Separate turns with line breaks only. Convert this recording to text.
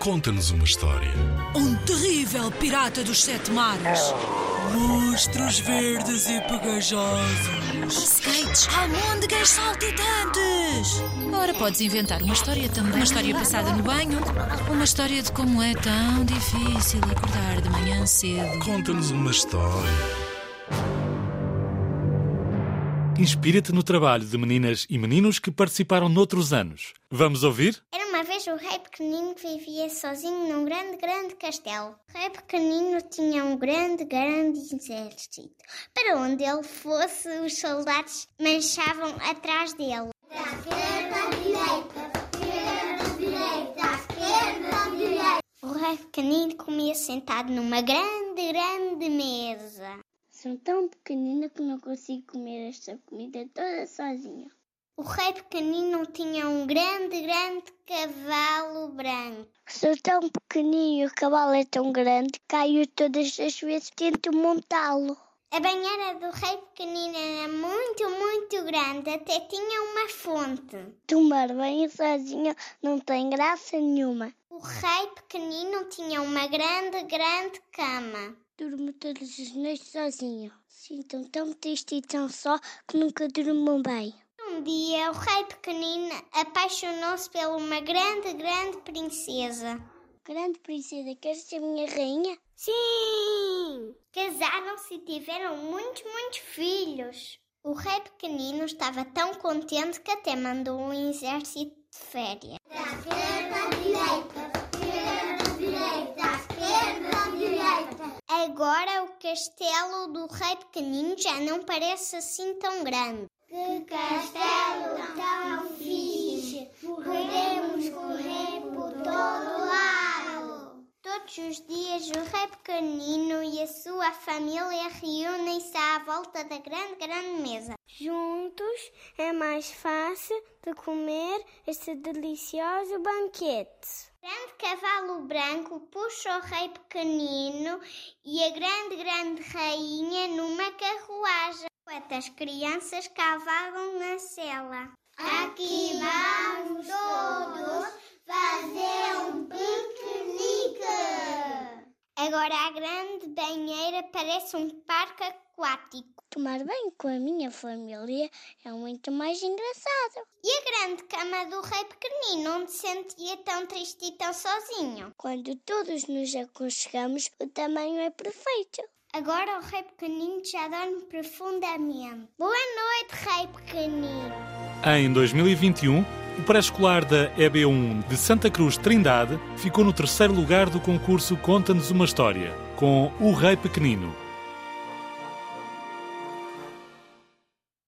Conta-nos uma história.
Um terrível pirata dos sete mares. Monstros verdes e pegajosos.
Skates, almôndegas saltitantes.
Ora, podes inventar uma história também.
Uma história passada no banho.
Uma história de como é tão difícil acordar de manhã cedo.
Conta-nos uma história.
Inspira-te no trabalho de meninas e meninos que participaram noutros anos. Vamos ouvir?
Era uma vez um rei pequenino que vivia sozinho num grande, grande castelo. O rei pequenino tinha um grande, grande exército. Para onde ele fosse, os soldados marchavam atrás dele. Da esquerda à direita, esquerda à direita, esquerda à direita. O rei pequenino comia sentado numa grande, grande mesa.
Sou tão pequenina que não consigo comer esta comida toda sozinha.
O rei pequenino tinha um grande, grande cavalo branco.
Sou tão pequenino e o cavalo é tão grande que caio todas as vezes que tento montá-lo.
A banheira do rei pequenino era muito, muito grande, até tinha uma fonte.
Tomar banho sozinha não tem graça nenhuma.
O rei pequenino tinha uma grande, grande cama.
Durmo todas as noites sozinha. Sinto-me tão triste e tão só que nunca durmo bem.
Um dia o rei pequenino apaixonou-se por uma grande, grande princesa.
Grande princesa, queres ser minha rainha?
Sim! Casaram-se e tiveram muitos, muitos filhos. O rei pequenino estava tão contente que até mandou um exército de férias. Da esquerda à direita, esquerda à direita, esquerda à direita. Agora o castelo do rei pequenino já não parece assim tão grande. Que castelo tão fixe! Podemos correr por todo lado! Todos os dias o rei pequenino e a sua família reúnem-se à volta da grande, grande mesa.
Juntos é mais fácil de comer este delicioso banquete.
Grande cavalo branco puxa o rei pequenino e a grande, grande rainha numa carruagem. Quantas crianças cavagam na cela? Aqui vamos todos fazer um piquenique! Agora a grande banheira parece um parque aquático.
Tomar banho com a minha família é muito mais engraçado.
E a grande cama do rei pequenino, onde se sentia tão triste e tão sozinho.
Quando todos nos aconchegamos, o tamanho é perfeito.
Agora o rei pequenino já dorme profundamente. Boa noite, rei pequenino!
Em 2021, o pré-escolar da EB1 de Santa Cruz Trindade ficou no terceiro lugar do concurso Conta-nos uma História, com O Rei Pequenino.